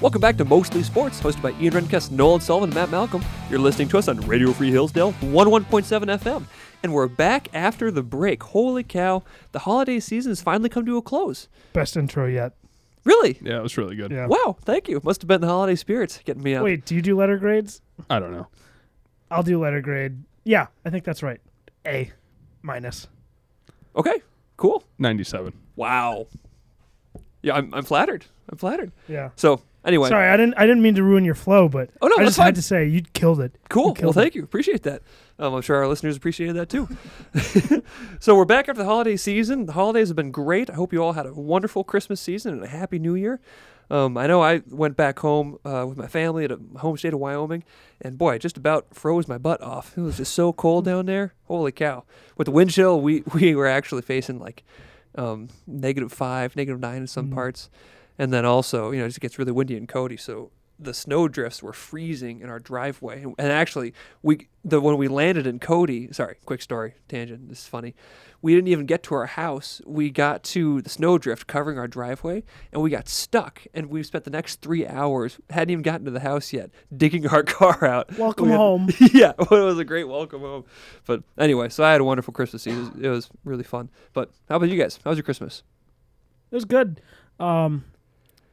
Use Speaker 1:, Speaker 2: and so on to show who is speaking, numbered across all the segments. Speaker 1: Welcome back to Mostly Sports, hosted by Ian Renkest, Nolan Sullivan, and Matt Malcolm. You're listening to us on Radio Free Hillsdale, 101.7 FM. And we're back after the break. Holy cow, the holiday season has finally come to a close.
Speaker 2: Best intro yet.
Speaker 1: Really?
Speaker 3: Yeah, it was really good.
Speaker 2: Yeah.
Speaker 1: Wow, thank you. Must have been the holiday spirits getting me up.
Speaker 2: Wait, do you do letter grades?
Speaker 3: I don't know.
Speaker 2: I'll do letter grade. Yeah, I think that's right. A minus.
Speaker 1: Okay, cool.
Speaker 3: 97.
Speaker 1: Wow. Yeah, I'm, I'm flattered. I'm flattered.
Speaker 2: Yeah.
Speaker 1: So, anyway.
Speaker 2: Sorry, I didn't. I didn't mean to ruin your flow, but
Speaker 1: Oh, no,
Speaker 2: I
Speaker 1: that's
Speaker 2: just had
Speaker 1: fine.
Speaker 2: to say you killed it.
Speaker 1: Cool.
Speaker 2: You
Speaker 1: Well,
Speaker 2: killed
Speaker 1: thank you. Appreciate that. Um, I'm sure our listeners appreciated that too. so we're back after the holiday season. The holidays have been great. I hope you all had a wonderful Christmas season and a happy New Year. Um, I know I went back home uh, with my family to home state of Wyoming, and boy, I just about froze my butt off. It was just so cold down there. Holy cow! With the wind chill, we we were actually facing like um, negative five, negative nine in
Speaker 2: Mm-hmm.
Speaker 1: some parts, and then also you know it just gets really windy in Cody, so the snow drifts were freezing in our driveway. And actually, we the when we landed in Cody, sorry, quick story tangent. This is funny. We didn't even get to our house. We got to the snow drift covering our driveway, and we got stuck. And we spent the next three hours hadn't even gotten to the house yet, digging our car out.
Speaker 2: Welcome
Speaker 1: We had-
Speaker 2: home.
Speaker 1: yeah, it was a great welcome home. But anyway, so I had a wonderful Christmas season. It was really fun. But how about you guys? How was your Christmas?
Speaker 2: It was good. Um,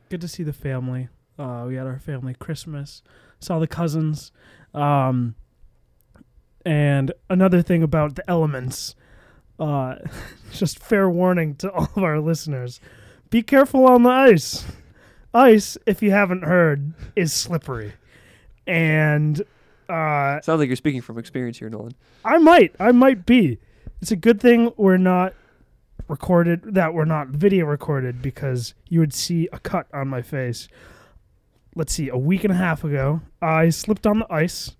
Speaker 2: good to see the family. Uh, we had our family Christmas. Saw the cousins. Um, and another thing about the elements. Uh, just fair warning to all of our listeners: be careful on the ice. Ice, if you haven't heard, is slippery, and uh,
Speaker 1: Sounds like you're speaking from experience here, Nolan.
Speaker 2: I might. I might be. It's a good thing we're not recorded that we're not video recorded because you would see a cut on my face. Let's see, a week and a half ago, I slipped on the ice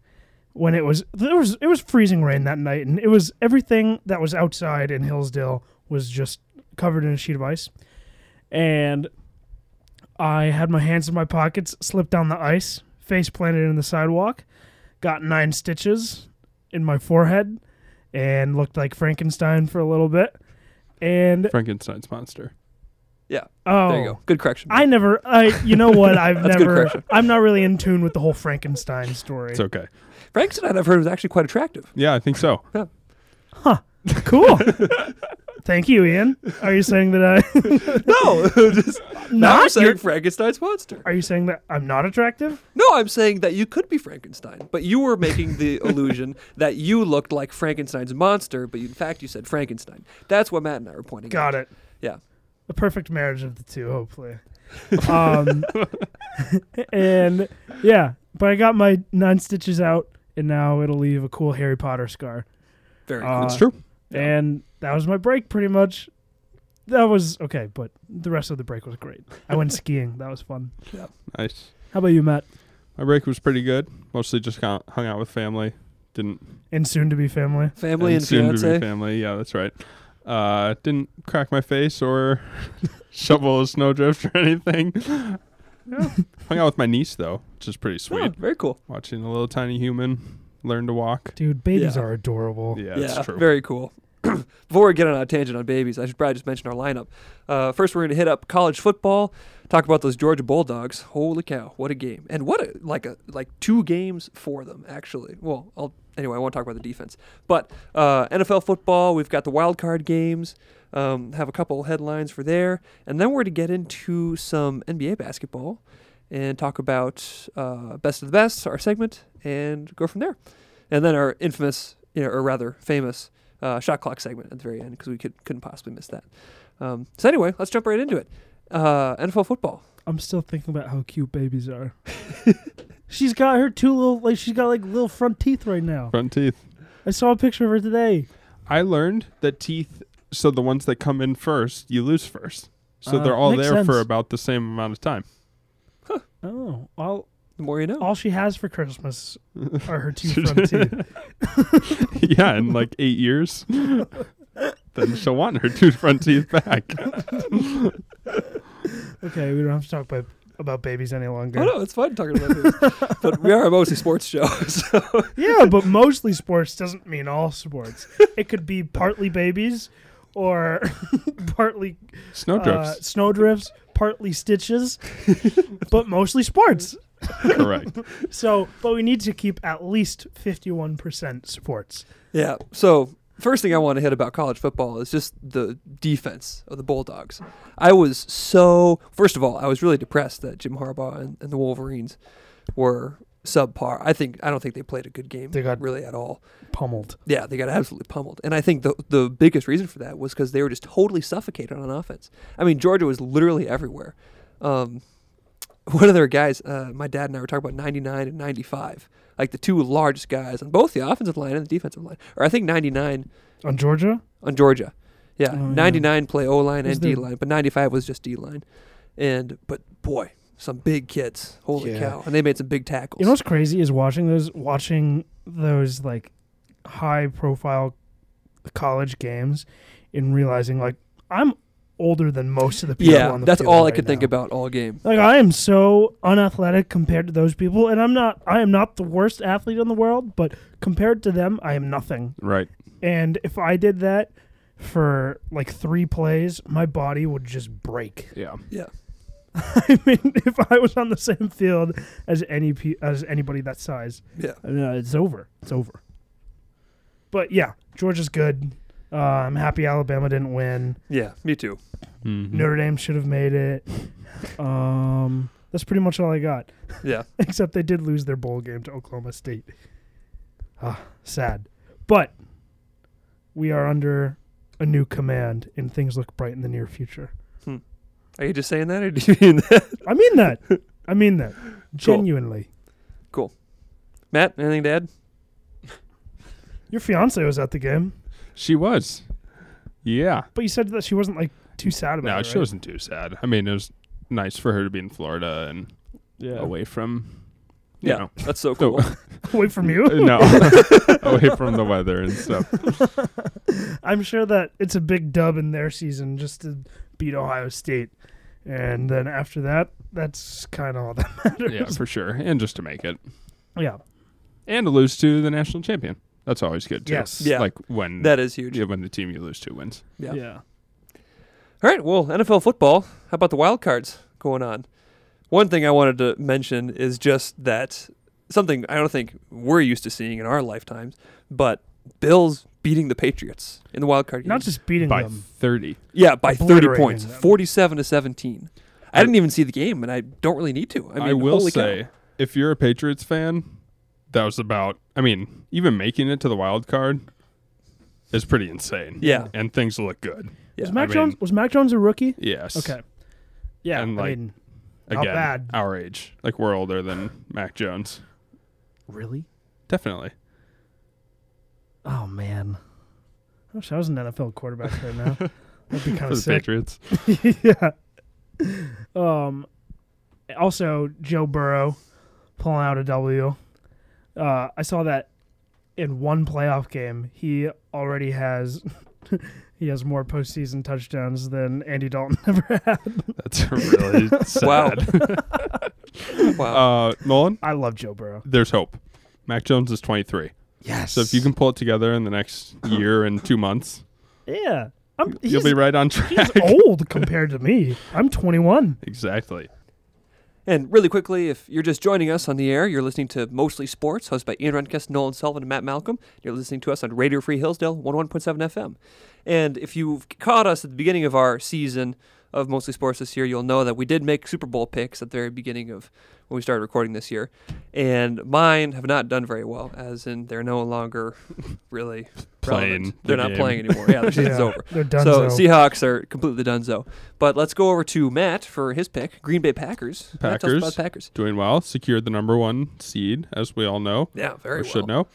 Speaker 2: when it was there was it was freezing rain that night and it was everything that was outside in Hillsdale was just covered in a sheet of ice. And I had my hands in my pockets, slipped on the ice, face planted in the sidewalk, got nine stitches, in my forehead and looked like Frankenstein for a little bit. And
Speaker 3: Frankenstein's monster.
Speaker 1: Yeah,
Speaker 2: oh,
Speaker 1: there you go. Good correction.
Speaker 2: I never, I you know what? I've
Speaker 1: That's a good
Speaker 2: never.
Speaker 1: correction.
Speaker 2: I'm not really in tune with the whole Frankenstein story.
Speaker 3: It's okay.
Speaker 1: Frankenstein, I've heard, was actually quite attractive.
Speaker 3: Yeah, I think so.
Speaker 2: cool. Thank you, Ian. Are you saying that I
Speaker 1: No, just not
Speaker 2: not?
Speaker 1: saying
Speaker 2: You're-
Speaker 1: Frankenstein's monster.
Speaker 2: are you saying that I'm not attractive?
Speaker 1: No, I'm saying that you could be Frankenstein, but you were making the illusion that you looked like Frankenstein's monster, but you, in fact you said Frankenstein. That's what Matt and I were pointing.
Speaker 2: Got
Speaker 1: out.
Speaker 2: it.
Speaker 1: Yeah.
Speaker 2: The perfect marriage of the two, hopefully. Um, and yeah, but I got my nine stitches out, and now it'll leave a cool Harry Potter scar.
Speaker 1: Very
Speaker 2: Uh,
Speaker 1: cool.
Speaker 3: It's true.
Speaker 2: and that was my break pretty much that was okay but the rest of the break was great i went skiing that was fun
Speaker 3: Nice.
Speaker 2: how about you matt
Speaker 3: My break was pretty good. Mostly just hung hung out with family. Didn't
Speaker 2: and soon to be family
Speaker 1: Family and,
Speaker 3: soon to be
Speaker 1: fiance.
Speaker 3: family. Yeah, that's right. Uh, didn't crack my face or shovel a snowdrift or anything. Yeah. hung out with my niece though, which is pretty
Speaker 1: Oh,
Speaker 3: sweet.
Speaker 1: very cool.
Speaker 3: Watching a little tiny human learn to walk.
Speaker 2: dude babies
Speaker 1: Yeah.
Speaker 2: are adorable
Speaker 3: Yeah,
Speaker 1: Yeah,
Speaker 3: that's true.
Speaker 1: very cool. Before we get on a tangent on babies, I should probably just mention our lineup. Uh, first, we're going to hit up college football, talk about those Georgia Bulldogs. Holy cow, what a game! And what a like a like two games for them actually. Well, I'll, anyway, I won't talk about the defense, but uh, NFL football. We've got the wild card games. Um, have a couple headlines for there, and then we're to get into some NBA basketball and talk about uh, best of the best, our segment, and go from there. And then our infamous, you know, or rather famous uh, shot clock segment at the very end because we could, couldn't possibly miss that. Um, so anyway, let's jump right into it. Uh, NFL football.
Speaker 2: i'm still thinking about how cute babies are she's got her two little like she's got like little front teeth right now
Speaker 3: Front teeth.
Speaker 2: i saw a picture of her today
Speaker 3: I learned that teeth, so the ones that come in first, you lose first. So
Speaker 2: Uh,
Speaker 3: they're all
Speaker 2: makes
Speaker 3: there for
Speaker 2: sense.
Speaker 3: about the same amount of time.
Speaker 2: oh all,
Speaker 1: The more you know.
Speaker 2: all she has for christmas are her two front teeth
Speaker 3: yeah, in like eight years. then she'll want her two front teeth back.
Speaker 2: okay we don't have to talk about about babies any longer
Speaker 1: Oh no, it's fun talking about this. but we are a mostly sports show, so
Speaker 2: Yeah, but mostly sports doesn't mean all sports. It could be partly babies or partly uh,
Speaker 3: Snowdrifts.
Speaker 2: snowdrifts, partly stitches, but mostly sports. Uh,
Speaker 3: Correct.
Speaker 2: So, but we need to keep at least 51% sports.
Speaker 1: Yeah. So first thing I want to hit about college football is just the defense of the Bulldogs. I was so first of all, I was really depressed that Jim Harbaugh and, and the Wolverines were subpar. I think I don't think they played a good game
Speaker 2: They got-
Speaker 1: really at all.
Speaker 2: Pummeled.
Speaker 1: Yeah, they got absolutely pummeled. And I think the the biggest reason for that was because they were just totally suffocated on offense. I mean, Georgia was literally everywhere. Um, one of their guys, uh, my dad and I were talking about 99 and 95, like the two largest guys on both the offensive line and the defensive line. Or I think 99
Speaker 2: On Georgia?
Speaker 1: on Georgia. Yeah,
Speaker 2: Oh, yeah.
Speaker 1: 99 play O line
Speaker 2: Who's
Speaker 1: and
Speaker 2: their-
Speaker 1: D line, but 95 was just D line. And but boy, some big kids. Holy
Speaker 4: Yeah.
Speaker 1: cow! And they made some big tackles.
Speaker 2: You know what's crazy is watching those watching those like high profile college games and realizing like I'm older than most of the people
Speaker 1: yeah,
Speaker 2: on the
Speaker 1: that's
Speaker 2: field
Speaker 1: all I
Speaker 2: right
Speaker 1: could think
Speaker 2: now. Uh,
Speaker 1: about all game.
Speaker 2: Like I am so unathletic compared to those people and I'm not I am not the worst athlete in the world, but compared to them I am nothing.
Speaker 3: Right.
Speaker 2: And if I did that for like 3 plays, my body would just break.
Speaker 3: Yeah.
Speaker 2: I mean, if I was on the same field as any pe- as anybody that size,
Speaker 1: Yeah.
Speaker 2: I mean, uh, it's over. It's over. But yeah, Georgia's good. Uh, I'm happy Alabama didn't win.
Speaker 1: Yeah, me too.
Speaker 3: Mm-hmm.
Speaker 2: Notre Dame should have made it. Um, that's pretty much all I got.
Speaker 1: Yeah.
Speaker 2: Except they did lose their bowl game to Oklahoma State. Ah, sad. But we are under a new command, and things look bright in the near future.
Speaker 1: Are you just saying that, or do you mean that?
Speaker 2: I mean that. I mean that. Genuinely.
Speaker 1: Matt, anything to add?
Speaker 2: Your fiance was at the game,
Speaker 3: She was. Yeah.
Speaker 2: but you said that she wasn't like too sad about
Speaker 3: No,
Speaker 2: it.
Speaker 3: she
Speaker 2: right?
Speaker 3: wasn't too sad. I mean, it was nice for her to be in Florida and
Speaker 4: Yeah.
Speaker 3: away from. You
Speaker 1: Yeah.
Speaker 3: Know,
Speaker 1: That's so
Speaker 3: the-
Speaker 1: cool.
Speaker 2: away from you.
Speaker 3: no, away from the weather and stuff.
Speaker 2: I'm sure that it's a big dub in their season just to beat Ohio State, and then after that, that's kind of all that
Speaker 3: Yeah,
Speaker 2: matters.
Speaker 3: for sure. And just to make it,
Speaker 2: Yeah.
Speaker 3: and to lose to the national champion. That's always good too.
Speaker 2: Yes.
Speaker 1: Yeah.
Speaker 3: Like when
Speaker 1: that is huge.
Speaker 3: yeah, when the team you lose to wins.
Speaker 1: Yeah.
Speaker 4: Yeah.
Speaker 1: All right. Well, NFL football. How about the wild cards going on? One thing I wanted to mention is just that something I don't think we're used to seeing in our lifetimes, but Bills beating the Patriots in the wild card game.
Speaker 2: Not just beating
Speaker 3: By
Speaker 2: them.
Speaker 3: thirty.
Speaker 1: yeah, by 30
Speaker 2: obliterating
Speaker 1: points,
Speaker 2: them.
Speaker 1: 47 to 17. I
Speaker 3: I-
Speaker 1: didn't even see the game, and I don't really need to. I
Speaker 3: I,
Speaker 1: mean,
Speaker 3: will
Speaker 1: holy cow.
Speaker 3: say, if you're a Patriots fan, that was about. I mean, even making it to the wild card is pretty insane.
Speaker 1: Yeah.
Speaker 3: and things look good.
Speaker 1: Yeah,
Speaker 2: was Mac
Speaker 3: I mean-
Speaker 2: Jones was Mac Jones a rookie?
Speaker 3: Yes.
Speaker 2: Okay. Yeah.
Speaker 3: And,
Speaker 2: I
Speaker 3: like-
Speaker 2: mean,
Speaker 3: Again, uh,
Speaker 2: Not bad.
Speaker 3: our age, like we're older than Mac Jones.
Speaker 2: really?
Speaker 3: Definitely.
Speaker 2: Oh man. I wish I was an NFL quarterback right now. That'd be kind
Speaker 3: For
Speaker 2: of
Speaker 3: the
Speaker 2: sick.
Speaker 3: Patriots.
Speaker 2: yeah. Um. Also, Joe Burrow pulling out a W. Uh, I saw that in one playoff game, he already has he has more postseason touchdowns than Andy Dalton ever had.
Speaker 3: That's really
Speaker 1: Wow.
Speaker 3: sad.
Speaker 1: wow.
Speaker 3: Uh, Nolan,
Speaker 2: I love Joe Burrow.
Speaker 3: there's hope. Mac Jones is 23.
Speaker 2: Yes.
Speaker 3: So if you can pull it together in the next year and two months,
Speaker 2: yeah, I'm, he's,
Speaker 3: you'll be right on track.
Speaker 2: he's old compared to me. I'm 21.
Speaker 3: Exactly.
Speaker 1: And really quickly, if you're just joining us on the air, you're listening to Mostly Sports, hosted by Ian Rehnquist, Nolan Sullivan, and Matt Malcolm. You're listening to us on Radio Free Hillsdale, 101.7 FM. And if you've caught us at the beginning of our season of Mostly Sports this year, you'll know that we did make Super Bowl picks at the very beginning of when we started recording this year. And mine have not done very well, as in they're no longer really
Speaker 3: Playing
Speaker 1: relevant.
Speaker 3: the
Speaker 1: They're not
Speaker 3: game.
Speaker 1: playing anymore. Yeah, the season's
Speaker 2: Yeah,
Speaker 1: over.
Speaker 2: They're done.
Speaker 1: So Seahawks are completely donezo. But let's go over to Matt for his pick, Green Bay Packers. Matt, tell us about
Speaker 3: Packers.
Speaker 1: the Packers.
Speaker 3: Doing well. Secured the number one seed, as we all know.
Speaker 1: Yeah, very
Speaker 3: or
Speaker 1: well.
Speaker 3: should know.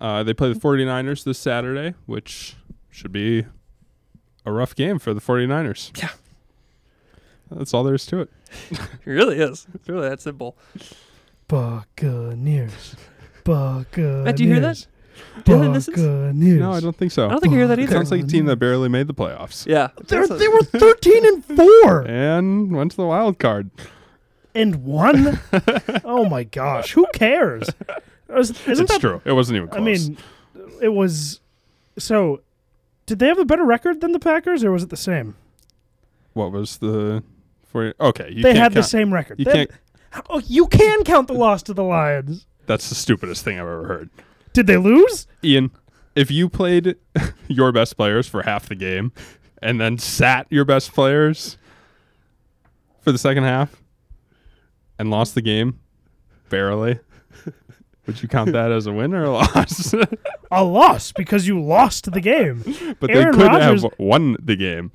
Speaker 3: Uh, they play the 49ers this Saturday, which should be a rough game for the 49ers.
Speaker 1: Yeah.
Speaker 3: That's all there is to it.
Speaker 1: It really is. It's really that simple.
Speaker 2: Buccaneers. Buccaneers.
Speaker 1: Matt, do you hear that? Do you hear that distance?
Speaker 2: Buccaneers.
Speaker 3: No, I don't think so.
Speaker 1: I don't think I hear that
Speaker 3: It
Speaker 1: either.
Speaker 3: sounds like a team that barely made the playoffs
Speaker 1: yeah.
Speaker 2: They're,
Speaker 1: that's a-
Speaker 2: they were 13 and 4
Speaker 3: and went to the wild card.
Speaker 2: and 1. Oh my gosh. Who cares? Is- Isn't
Speaker 3: it's
Speaker 2: that.
Speaker 3: true. It wasn't even
Speaker 2: I
Speaker 3: close.
Speaker 2: mean, it was. So, did they have a better record than the Packers or was it the same?
Speaker 3: what was the For you. Okay, you
Speaker 2: they
Speaker 3: can't
Speaker 2: had the
Speaker 3: count-
Speaker 2: same record.
Speaker 3: you
Speaker 2: They-
Speaker 3: can't-
Speaker 2: How- oh, you can count the loss to the Lions.
Speaker 3: That's the stupidest thing I've ever heard.
Speaker 2: Did they lose?
Speaker 3: Ian, if you played your best players for half the game and then sat your best players for the second half and lost the game barely, would you count that as a win or a loss?
Speaker 2: A loss because you lost the game.
Speaker 3: but
Speaker 2: Aaron
Speaker 3: they could
Speaker 2: Rodgers-
Speaker 3: have won the game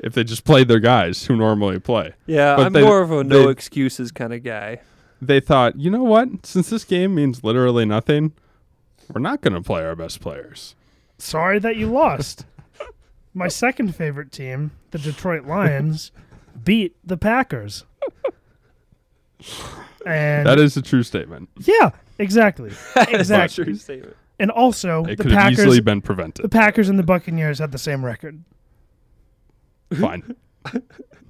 Speaker 3: if they just played their guys who normally play.
Speaker 1: Yeah,
Speaker 3: But
Speaker 1: I'm
Speaker 3: they-
Speaker 1: more of a no
Speaker 3: they-
Speaker 1: excuses kind of guy.
Speaker 3: They thought, you know what? Since this game means literally nothing, we're not going to play our best players.
Speaker 2: Sorry that you lost. My second favorite team, the Detroit Lions, beat the Packers. And
Speaker 3: That is a true statement.
Speaker 2: yeah, exactly, exactly.
Speaker 1: True statement.
Speaker 2: And also,
Speaker 3: It
Speaker 2: the
Speaker 3: could have easily
Speaker 2: Packers,
Speaker 3: been
Speaker 2: the
Speaker 3: prevented.
Speaker 2: Packers and the Buccaneers had the same record.
Speaker 3: Fine.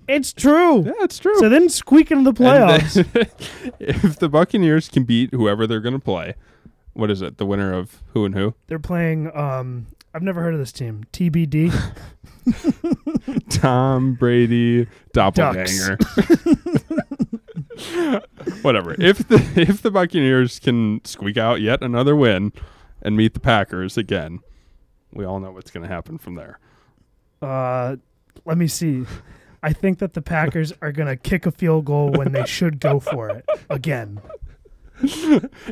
Speaker 2: It's true.
Speaker 3: Yeah, it's true.
Speaker 2: So then squeak into the
Speaker 3: And
Speaker 2: playoffs.
Speaker 3: then- if the Buccaneers can beat whoever they're going to play, what is it? The winner of who and who?
Speaker 2: They're playing. Um, I've never heard of this team. TBD.
Speaker 3: Tom Brady doppelganger. Whatever. If the if the Buccaneers can squeak out yet another win and meet the Packers again, we all know what's going to happen from there.
Speaker 2: Uh, let me see. I think that the Packers are gonna kick a field goal when they should go for it again.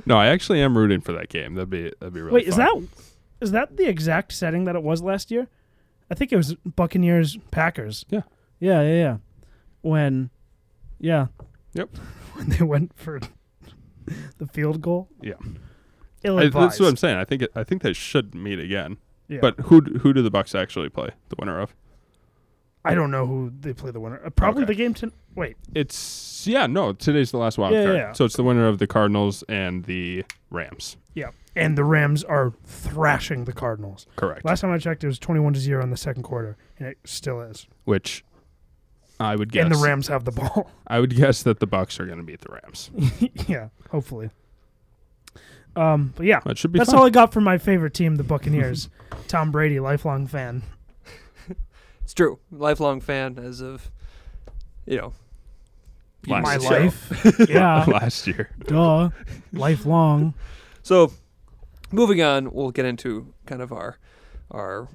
Speaker 3: No, I actually am rooting for that game. That'd be that'd be really.
Speaker 2: Wait, is
Speaker 3: fun.
Speaker 2: that is that the exact setting that it was last year? I think it was Buccaneers Packers.
Speaker 3: Yeah.
Speaker 2: Yeah, yeah, yeah. When yeah.
Speaker 3: Yep.
Speaker 2: When they went for the field goal.
Speaker 3: Yeah.
Speaker 2: Ill
Speaker 3: I, that's
Speaker 2: advised.
Speaker 3: what I'm saying. I think it, I think they should meet again.
Speaker 2: Yeah.
Speaker 3: But who d- who do the Bucks actually play? The winner of?
Speaker 2: I don't know who they play the winner. Uh, probably
Speaker 3: Okay.
Speaker 2: the game to wait.
Speaker 3: It's yeah, no. Today's the last wild
Speaker 2: Yeah,
Speaker 3: card,
Speaker 2: yeah.
Speaker 3: so it's the winner of the Cardinals and the Rams.
Speaker 2: Yeah. And the Rams are thrashing the Cardinals.
Speaker 3: Correct.
Speaker 2: Last time I checked, it was twenty-one to zero in the second quarter, and it still is.
Speaker 3: Which I would guess.
Speaker 2: And the Rams have the ball.
Speaker 3: I would guess that the Bucks are going to beat the Rams.
Speaker 2: yeah, hopefully. Um, but yeah,
Speaker 3: That should be.
Speaker 2: that's
Speaker 3: fun.
Speaker 2: all I got from my favorite team, the Buccaneers. Tom Brady, lifelong fan.
Speaker 1: It's true. Lifelong fan as of, you know,
Speaker 3: Last
Speaker 2: My
Speaker 3: year.
Speaker 2: life. yeah,
Speaker 3: last year.
Speaker 2: duh. Lifelong.
Speaker 1: So, moving on, we'll get into kind of our our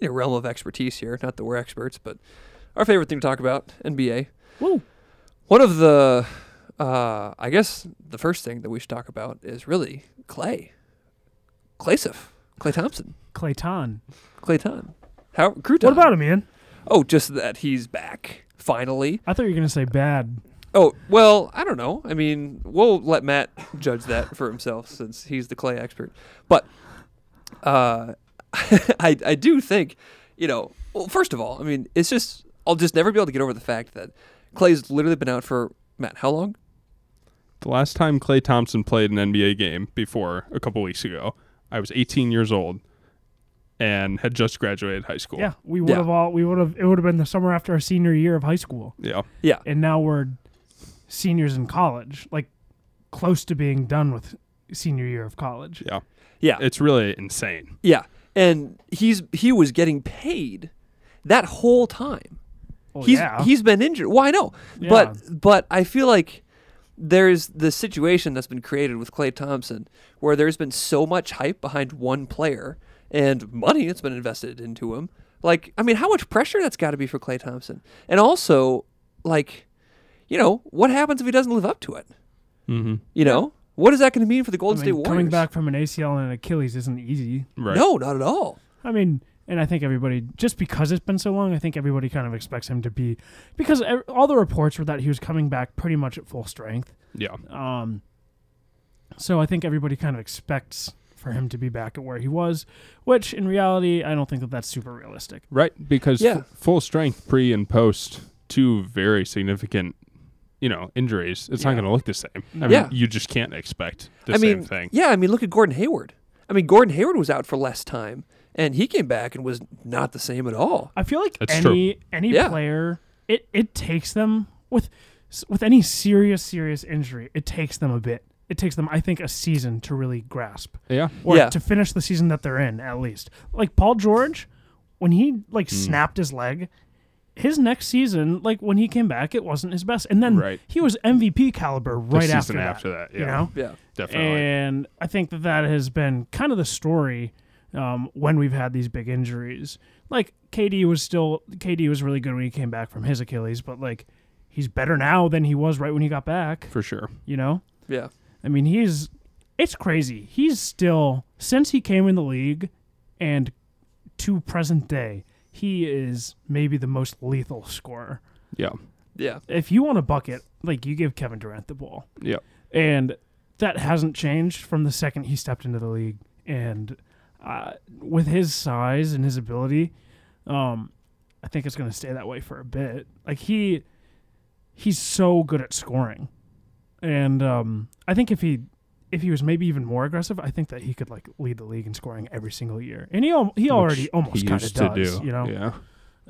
Speaker 1: you know, realm of expertise here. Not that we're experts, but our favorite thing to talk about NBA.
Speaker 2: Woo.
Speaker 1: One of the, uh, I guess, the first thing that we should talk about is really Clay, Claysif, Clay Thompson,
Speaker 4: Clayton.
Speaker 1: Clayton. How Crouton.
Speaker 2: What about him, Ian?
Speaker 1: Oh, just that he's back finally.
Speaker 4: I thought you were gonna say bad.
Speaker 1: Oh well, I don't know. I mean, we'll let Matt judge that for himself since he's the clay expert. But uh, I I do think you know. Well, first of all, I mean, it's just I'll just never be able to get over the fact that Clay's literally been out for Matt how long?
Speaker 3: The last time Clay Thompson played an NBA game before a couple weeks ago, I was 18 years old and had just graduated high school.
Speaker 4: Yeah, we would
Speaker 1: Yeah.
Speaker 4: have all we would have it would have been the summer after our senior year of high school,
Speaker 3: Yeah.
Speaker 1: Yeah,
Speaker 4: and now we're seniors in college, like close to being done with senior year of college.
Speaker 3: Yeah.
Speaker 1: yeah,
Speaker 3: It's really insane.
Speaker 1: yeah. And he's he was getting paid that whole time.
Speaker 4: Well,
Speaker 1: he's
Speaker 4: Oh, yeah.
Speaker 1: he's been injured. Well, I know, but but I feel like there's the situation that's been created with Clay Thompson, where there's been so much hype behind one player and money that's been invested into him. Like, I mean, how much pressure that's got to be for Clay Thompson, and also like, you know, what happens if he doesn't live up to it?
Speaker 3: Mm-hmm.
Speaker 1: You know, what is that going to mean for the
Speaker 4: I
Speaker 1: Golden
Speaker 4: mean,
Speaker 1: State Warriors?
Speaker 4: coming back from an ACL and an Achilles isn't easy.
Speaker 3: Right.
Speaker 1: No, not at all.
Speaker 4: I mean, and I think everybody just because it's been so long, I think everybody kind of expects him to be because ev- all the reports were that he was coming back pretty much at full strength.
Speaker 3: Yeah.
Speaker 4: Um, so I think everybody kind of expects for him to be back at where he was, which in reality, I don't think that that's super realistic.
Speaker 3: Right, because
Speaker 1: Yeah.
Speaker 3: f- full strength pre and post two very significant, you know, injuries. It's not
Speaker 4: Yeah.
Speaker 3: going to look the same. I mean,
Speaker 1: Yeah.
Speaker 3: you just can't expect the
Speaker 1: I
Speaker 3: same
Speaker 1: mean,
Speaker 3: thing.
Speaker 1: Yeah, I mean, look at Gordon Hayward. I mean, Gordon Hayward was out for less time, and he came back and was not the same at all.
Speaker 4: I feel like
Speaker 3: That's
Speaker 4: any any
Speaker 1: Yeah.
Speaker 4: player, it it takes them with with any serious serious injury, it takes them a bit. It takes them, I think, a season to really grasp
Speaker 3: Yeah,
Speaker 4: or
Speaker 1: Yeah.
Speaker 4: to finish the
Speaker 3: Hmm.
Speaker 4: season that they're in at least. Like Paul George, when he like snapped his leg,
Speaker 2: his next season, like when he came back, it wasn't his best. And then
Speaker 3: Right.
Speaker 2: he was MVP caliber
Speaker 3: The
Speaker 2: right after
Speaker 3: season
Speaker 2: that.
Speaker 3: after that. Yeah,
Speaker 2: You know,
Speaker 1: Yeah.
Speaker 3: definitely.
Speaker 2: and I think that that has been kind of the story um, when we've had these big injuries. Like KD was still KD was really good when he came back from his Achilles, but like he's better now than he was right when he got back.
Speaker 3: for sure.
Speaker 2: You know,
Speaker 1: Yeah.
Speaker 2: I mean, he's it's crazy. He's still since he came in the league and to present day, he is maybe the most lethal scorer.
Speaker 3: Yeah.
Speaker 1: Yeah.
Speaker 2: If you want a bucket, like you give Kevin Durant the ball.
Speaker 3: Yeah.
Speaker 2: And that hasn't changed from the second he stepped into the league. And uh, with his size and his ability, um, I think it's going to stay that way for a bit. Like he, he's so good at scoring, and um, I think if he, if he was maybe even more aggressive, I think that he could like lead the league in scoring every single year. And he al- he already almost kind of does, you know.
Speaker 3: Yeah.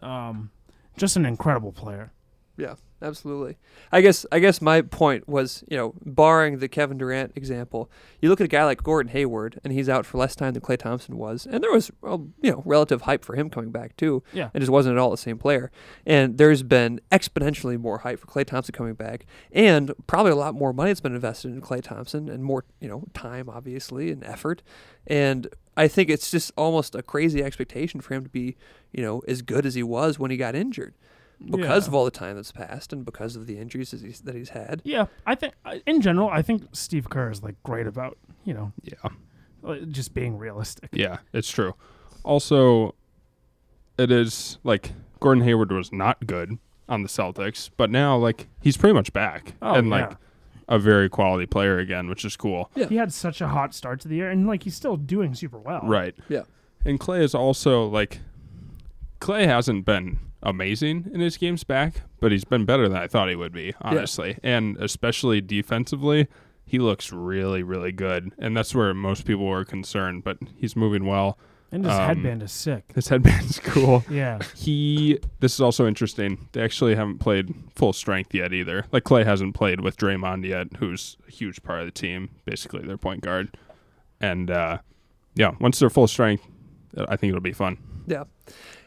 Speaker 2: Um, just an incredible player.
Speaker 1: Yeah, absolutely. I guess I guess my point was, you know, barring the Kevin Durant example, you look at a guy like Gordon Hayward, and he's out for less time than Clay Thompson was, and there was, well, you know, relative hype for him coming back too.
Speaker 2: Yeah.
Speaker 1: it just wasn't at all the same player. And there's been exponentially more hype for Clay Thompson coming back, and probably a lot more money that's been invested in Clay Thompson, and more, you know, time obviously and effort, and. I think it's just almost a crazy expectation for him to be, you know, as good as he was when he got injured because
Speaker 2: Yeah.
Speaker 1: of all the time that's passed and because of the injuries that he's, that he's had.
Speaker 2: Yeah, I think I- in general, I think Steve Kerr is like great about you know
Speaker 3: Yeah.
Speaker 2: like, just being realistic.
Speaker 3: Yeah, it's true. Also, it is like Gordon Hayward was not good on the Celtics, but now like he's pretty much back
Speaker 2: Oh,
Speaker 3: and
Speaker 2: yeah.
Speaker 3: like a very quality player again, which is cool.
Speaker 2: He had such a hot start to the year, and like he's still doing super well.
Speaker 3: Right.
Speaker 1: Yeah.
Speaker 3: And Clay is also like Clay hasn't been amazing in his games back, but he's been better than I thought he would be, honestly. And especially defensively, he looks really, really good. And that's where most people were concerned, but he's moving well.
Speaker 2: And his
Speaker 3: Um,
Speaker 2: headband is sick.
Speaker 3: His headband's cool.
Speaker 2: Yeah.
Speaker 3: He this is also interesting. They actually haven't played full strength yet either. Like Clay hasn't played with Draymond yet, who's a huge part of the team, basically their point guard. And uh yeah, once they're full strength, uh, I think it'll be fun.
Speaker 1: Yeah.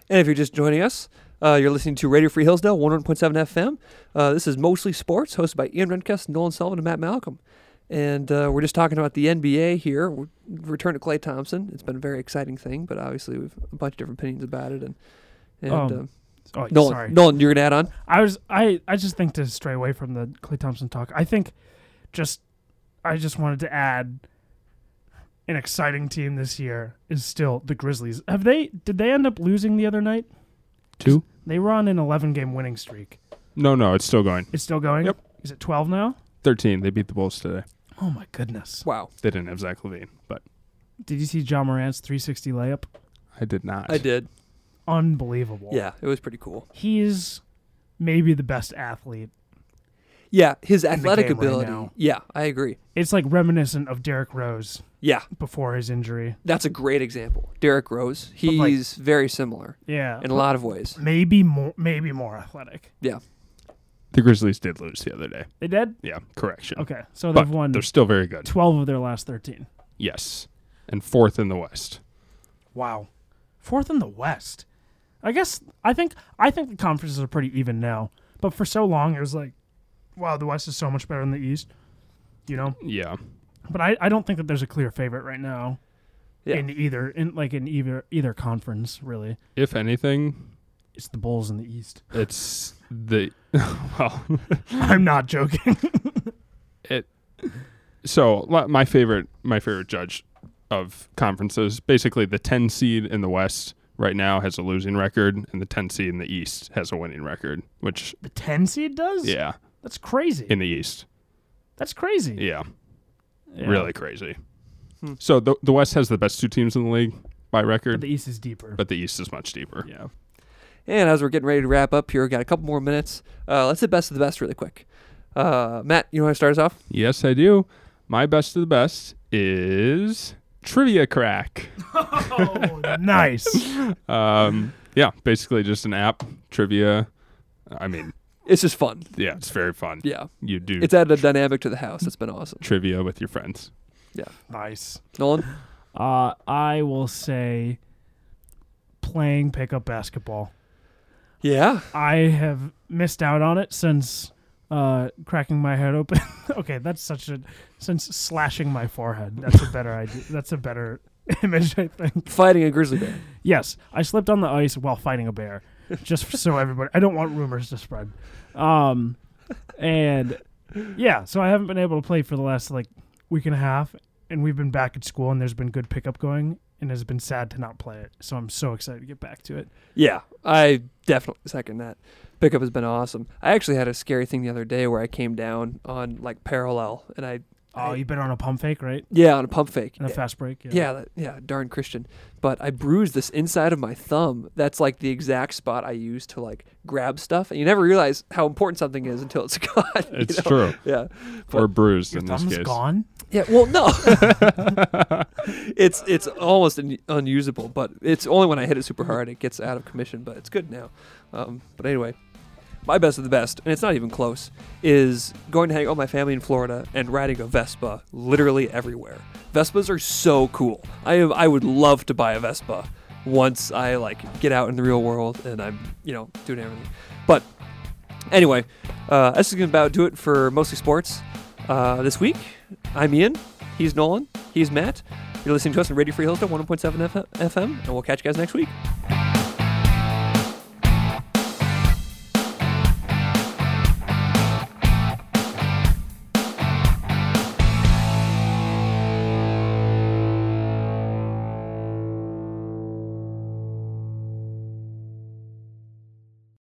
Speaker 1: And if you're just joining us, uh, you're listening to Radio Free Hillsdale, 101.7 FM. Uh, this is Mostly Sports, hosted by Ian Renkest, Nolan Sullivan, and Matt Malcolm. And uh, we're just talking about the NBA here. W- Return to Clay Thompson. It's been a very exciting thing, but obviously we've a bunch of different opinions about it. And, and
Speaker 2: Um,
Speaker 1: uh,
Speaker 2: Oh,
Speaker 1: Nolan,
Speaker 2: sorry.
Speaker 1: Nolan, you're going to add on?
Speaker 2: I was I I just think to stray away from the Clay Thompson talk. I think just I just wanted to add an exciting team this year is still the Grizzlies. Have they did they end up losing the other night?
Speaker 3: Two?
Speaker 2: They were on an 11 game winning streak.
Speaker 3: No, no, it's still going.
Speaker 2: It's still going.
Speaker 3: Yep.
Speaker 2: Is it 12 now?
Speaker 3: Thirteen. They beat the Bulls today.
Speaker 2: Oh my goodness.
Speaker 1: Wow.
Speaker 3: They didn't have Zach Levine, but
Speaker 2: Did you see John Morant's 360 layup?
Speaker 3: I did not.
Speaker 1: I did.
Speaker 2: Unbelievable.
Speaker 1: Yeah, it was pretty cool.
Speaker 2: He's maybe the best athlete.
Speaker 1: Yeah, his
Speaker 2: the
Speaker 1: athletic
Speaker 2: game right
Speaker 1: ability.
Speaker 2: now.
Speaker 1: yeah, I agree.
Speaker 2: It's like reminiscent of Derrick Rose
Speaker 1: Yeah,
Speaker 2: before his injury.
Speaker 1: that's a great example. Derek Rose.
Speaker 2: But,
Speaker 1: He's
Speaker 2: like-
Speaker 1: very similar
Speaker 2: Yeah.
Speaker 1: in a lot of ways.
Speaker 2: maybe more maybe more athletic.
Speaker 1: Yeah.
Speaker 3: The Grizzlies did lose the other day.
Speaker 2: They did?
Speaker 3: Yeah, correction.
Speaker 2: Okay. So
Speaker 3: But
Speaker 2: they've won
Speaker 3: they're still very good.
Speaker 2: 12 of their last 13.
Speaker 3: Yes. And fourth in the West.
Speaker 2: Wow. Fourth in the West. I guess I think I think the conferences are pretty even now. But for so long it was like wow, the West is so much better than the East. You know?
Speaker 3: Yeah.
Speaker 2: But I, I don't think that there's a clear favorite right now.
Speaker 1: Yeah.
Speaker 2: In either in like in either either conference, really.
Speaker 3: If anything,
Speaker 2: It's the Bulls in the East.
Speaker 3: it's the well
Speaker 2: I'm not joking.
Speaker 3: so li- my favorite my favorite judge of conferences basically the 10 seed in the west right now has a losing record and the 10 seed in the east has a winning record which
Speaker 2: The 10 seed does?
Speaker 3: yeah
Speaker 2: That's crazy.
Speaker 3: in the east
Speaker 2: That's crazy.
Speaker 3: yeah,
Speaker 2: Yeah.
Speaker 3: really crazy
Speaker 1: Hmm.
Speaker 3: so the, the west has the best two teams in the league by
Speaker 2: But
Speaker 3: record
Speaker 2: the East is deeper.
Speaker 3: but the east is much deeper
Speaker 2: yeah.
Speaker 1: And as we're getting ready to wrap up here, got a couple more minutes. Uh, let's hit best of the best really quick. Uh, Matt, you want to start us off?
Speaker 3: yes i do my best of the best is trivia crack
Speaker 2: Oh, nice.
Speaker 3: um, yeah basically just an app trivia i mean
Speaker 1: It's just fun.
Speaker 3: yeah it's very fun
Speaker 1: Yeah,
Speaker 3: you do
Speaker 1: it's added a dynamic to the house. It's been awesome.
Speaker 3: trivia with your friends.
Speaker 2: nice.
Speaker 1: Nolan,
Speaker 2: Uh, I will say playing pickup basketball.
Speaker 1: Yeah.
Speaker 2: I have missed out on it since uh, cracking my head open. okay, that's such a since slashing my forehead. That's a better idea. That's a better image, I think.
Speaker 1: Fighting a grizzly bear.
Speaker 2: Yes, I slipped on the ice while fighting a bear, just so everybody. I don't want rumors to spread. Um, and yeah, so I haven't been able to play for the last like week and a half, and we've been back at school, and there's been good pickup going, and it's been sad to not play it. So I'm so excited to get back to it.
Speaker 1: Yeah, I definitely second that. Pickup has been awesome. I actually had a scary thing the other day where I came down on like parallel and I
Speaker 2: Oh,
Speaker 1: I-
Speaker 2: you've been on a pump fake, right?
Speaker 1: yeah on a pump fake.
Speaker 2: And a fast break. Yeah.
Speaker 1: Yeah, that, yeah, darn Christian. But I bruised this inside of my thumb. That's like the exact spot I use to like grab stuff, and you never realize how important something is until it's gone. you
Speaker 3: It's
Speaker 1: know?
Speaker 3: true.
Speaker 1: Yeah, But-
Speaker 3: Or bruised
Speaker 2: Your
Speaker 3: in this
Speaker 2: thumb's
Speaker 3: case.
Speaker 2: gone.
Speaker 1: yeah. Well, no, it's it's almost un- unusable. But it's only when I hit it super hard it gets out of commission. But it's good now. Um, but anyway, my best of the best, and it's not even close, is going to hang out with my family in Florida and riding a Vespa literally everywhere. Vespas are so cool. I have, I would love to buy a Vespa once I like get out in the real world and I'm you know doing everything. But anyway, uh, this is gonna about do it for mostly sports uh, this week. I'm Ian. oh He's Nolan. He's Matt. You're listening to us on Radio Free Hillsdale 101.7 FM, and we'll catch you guys next week.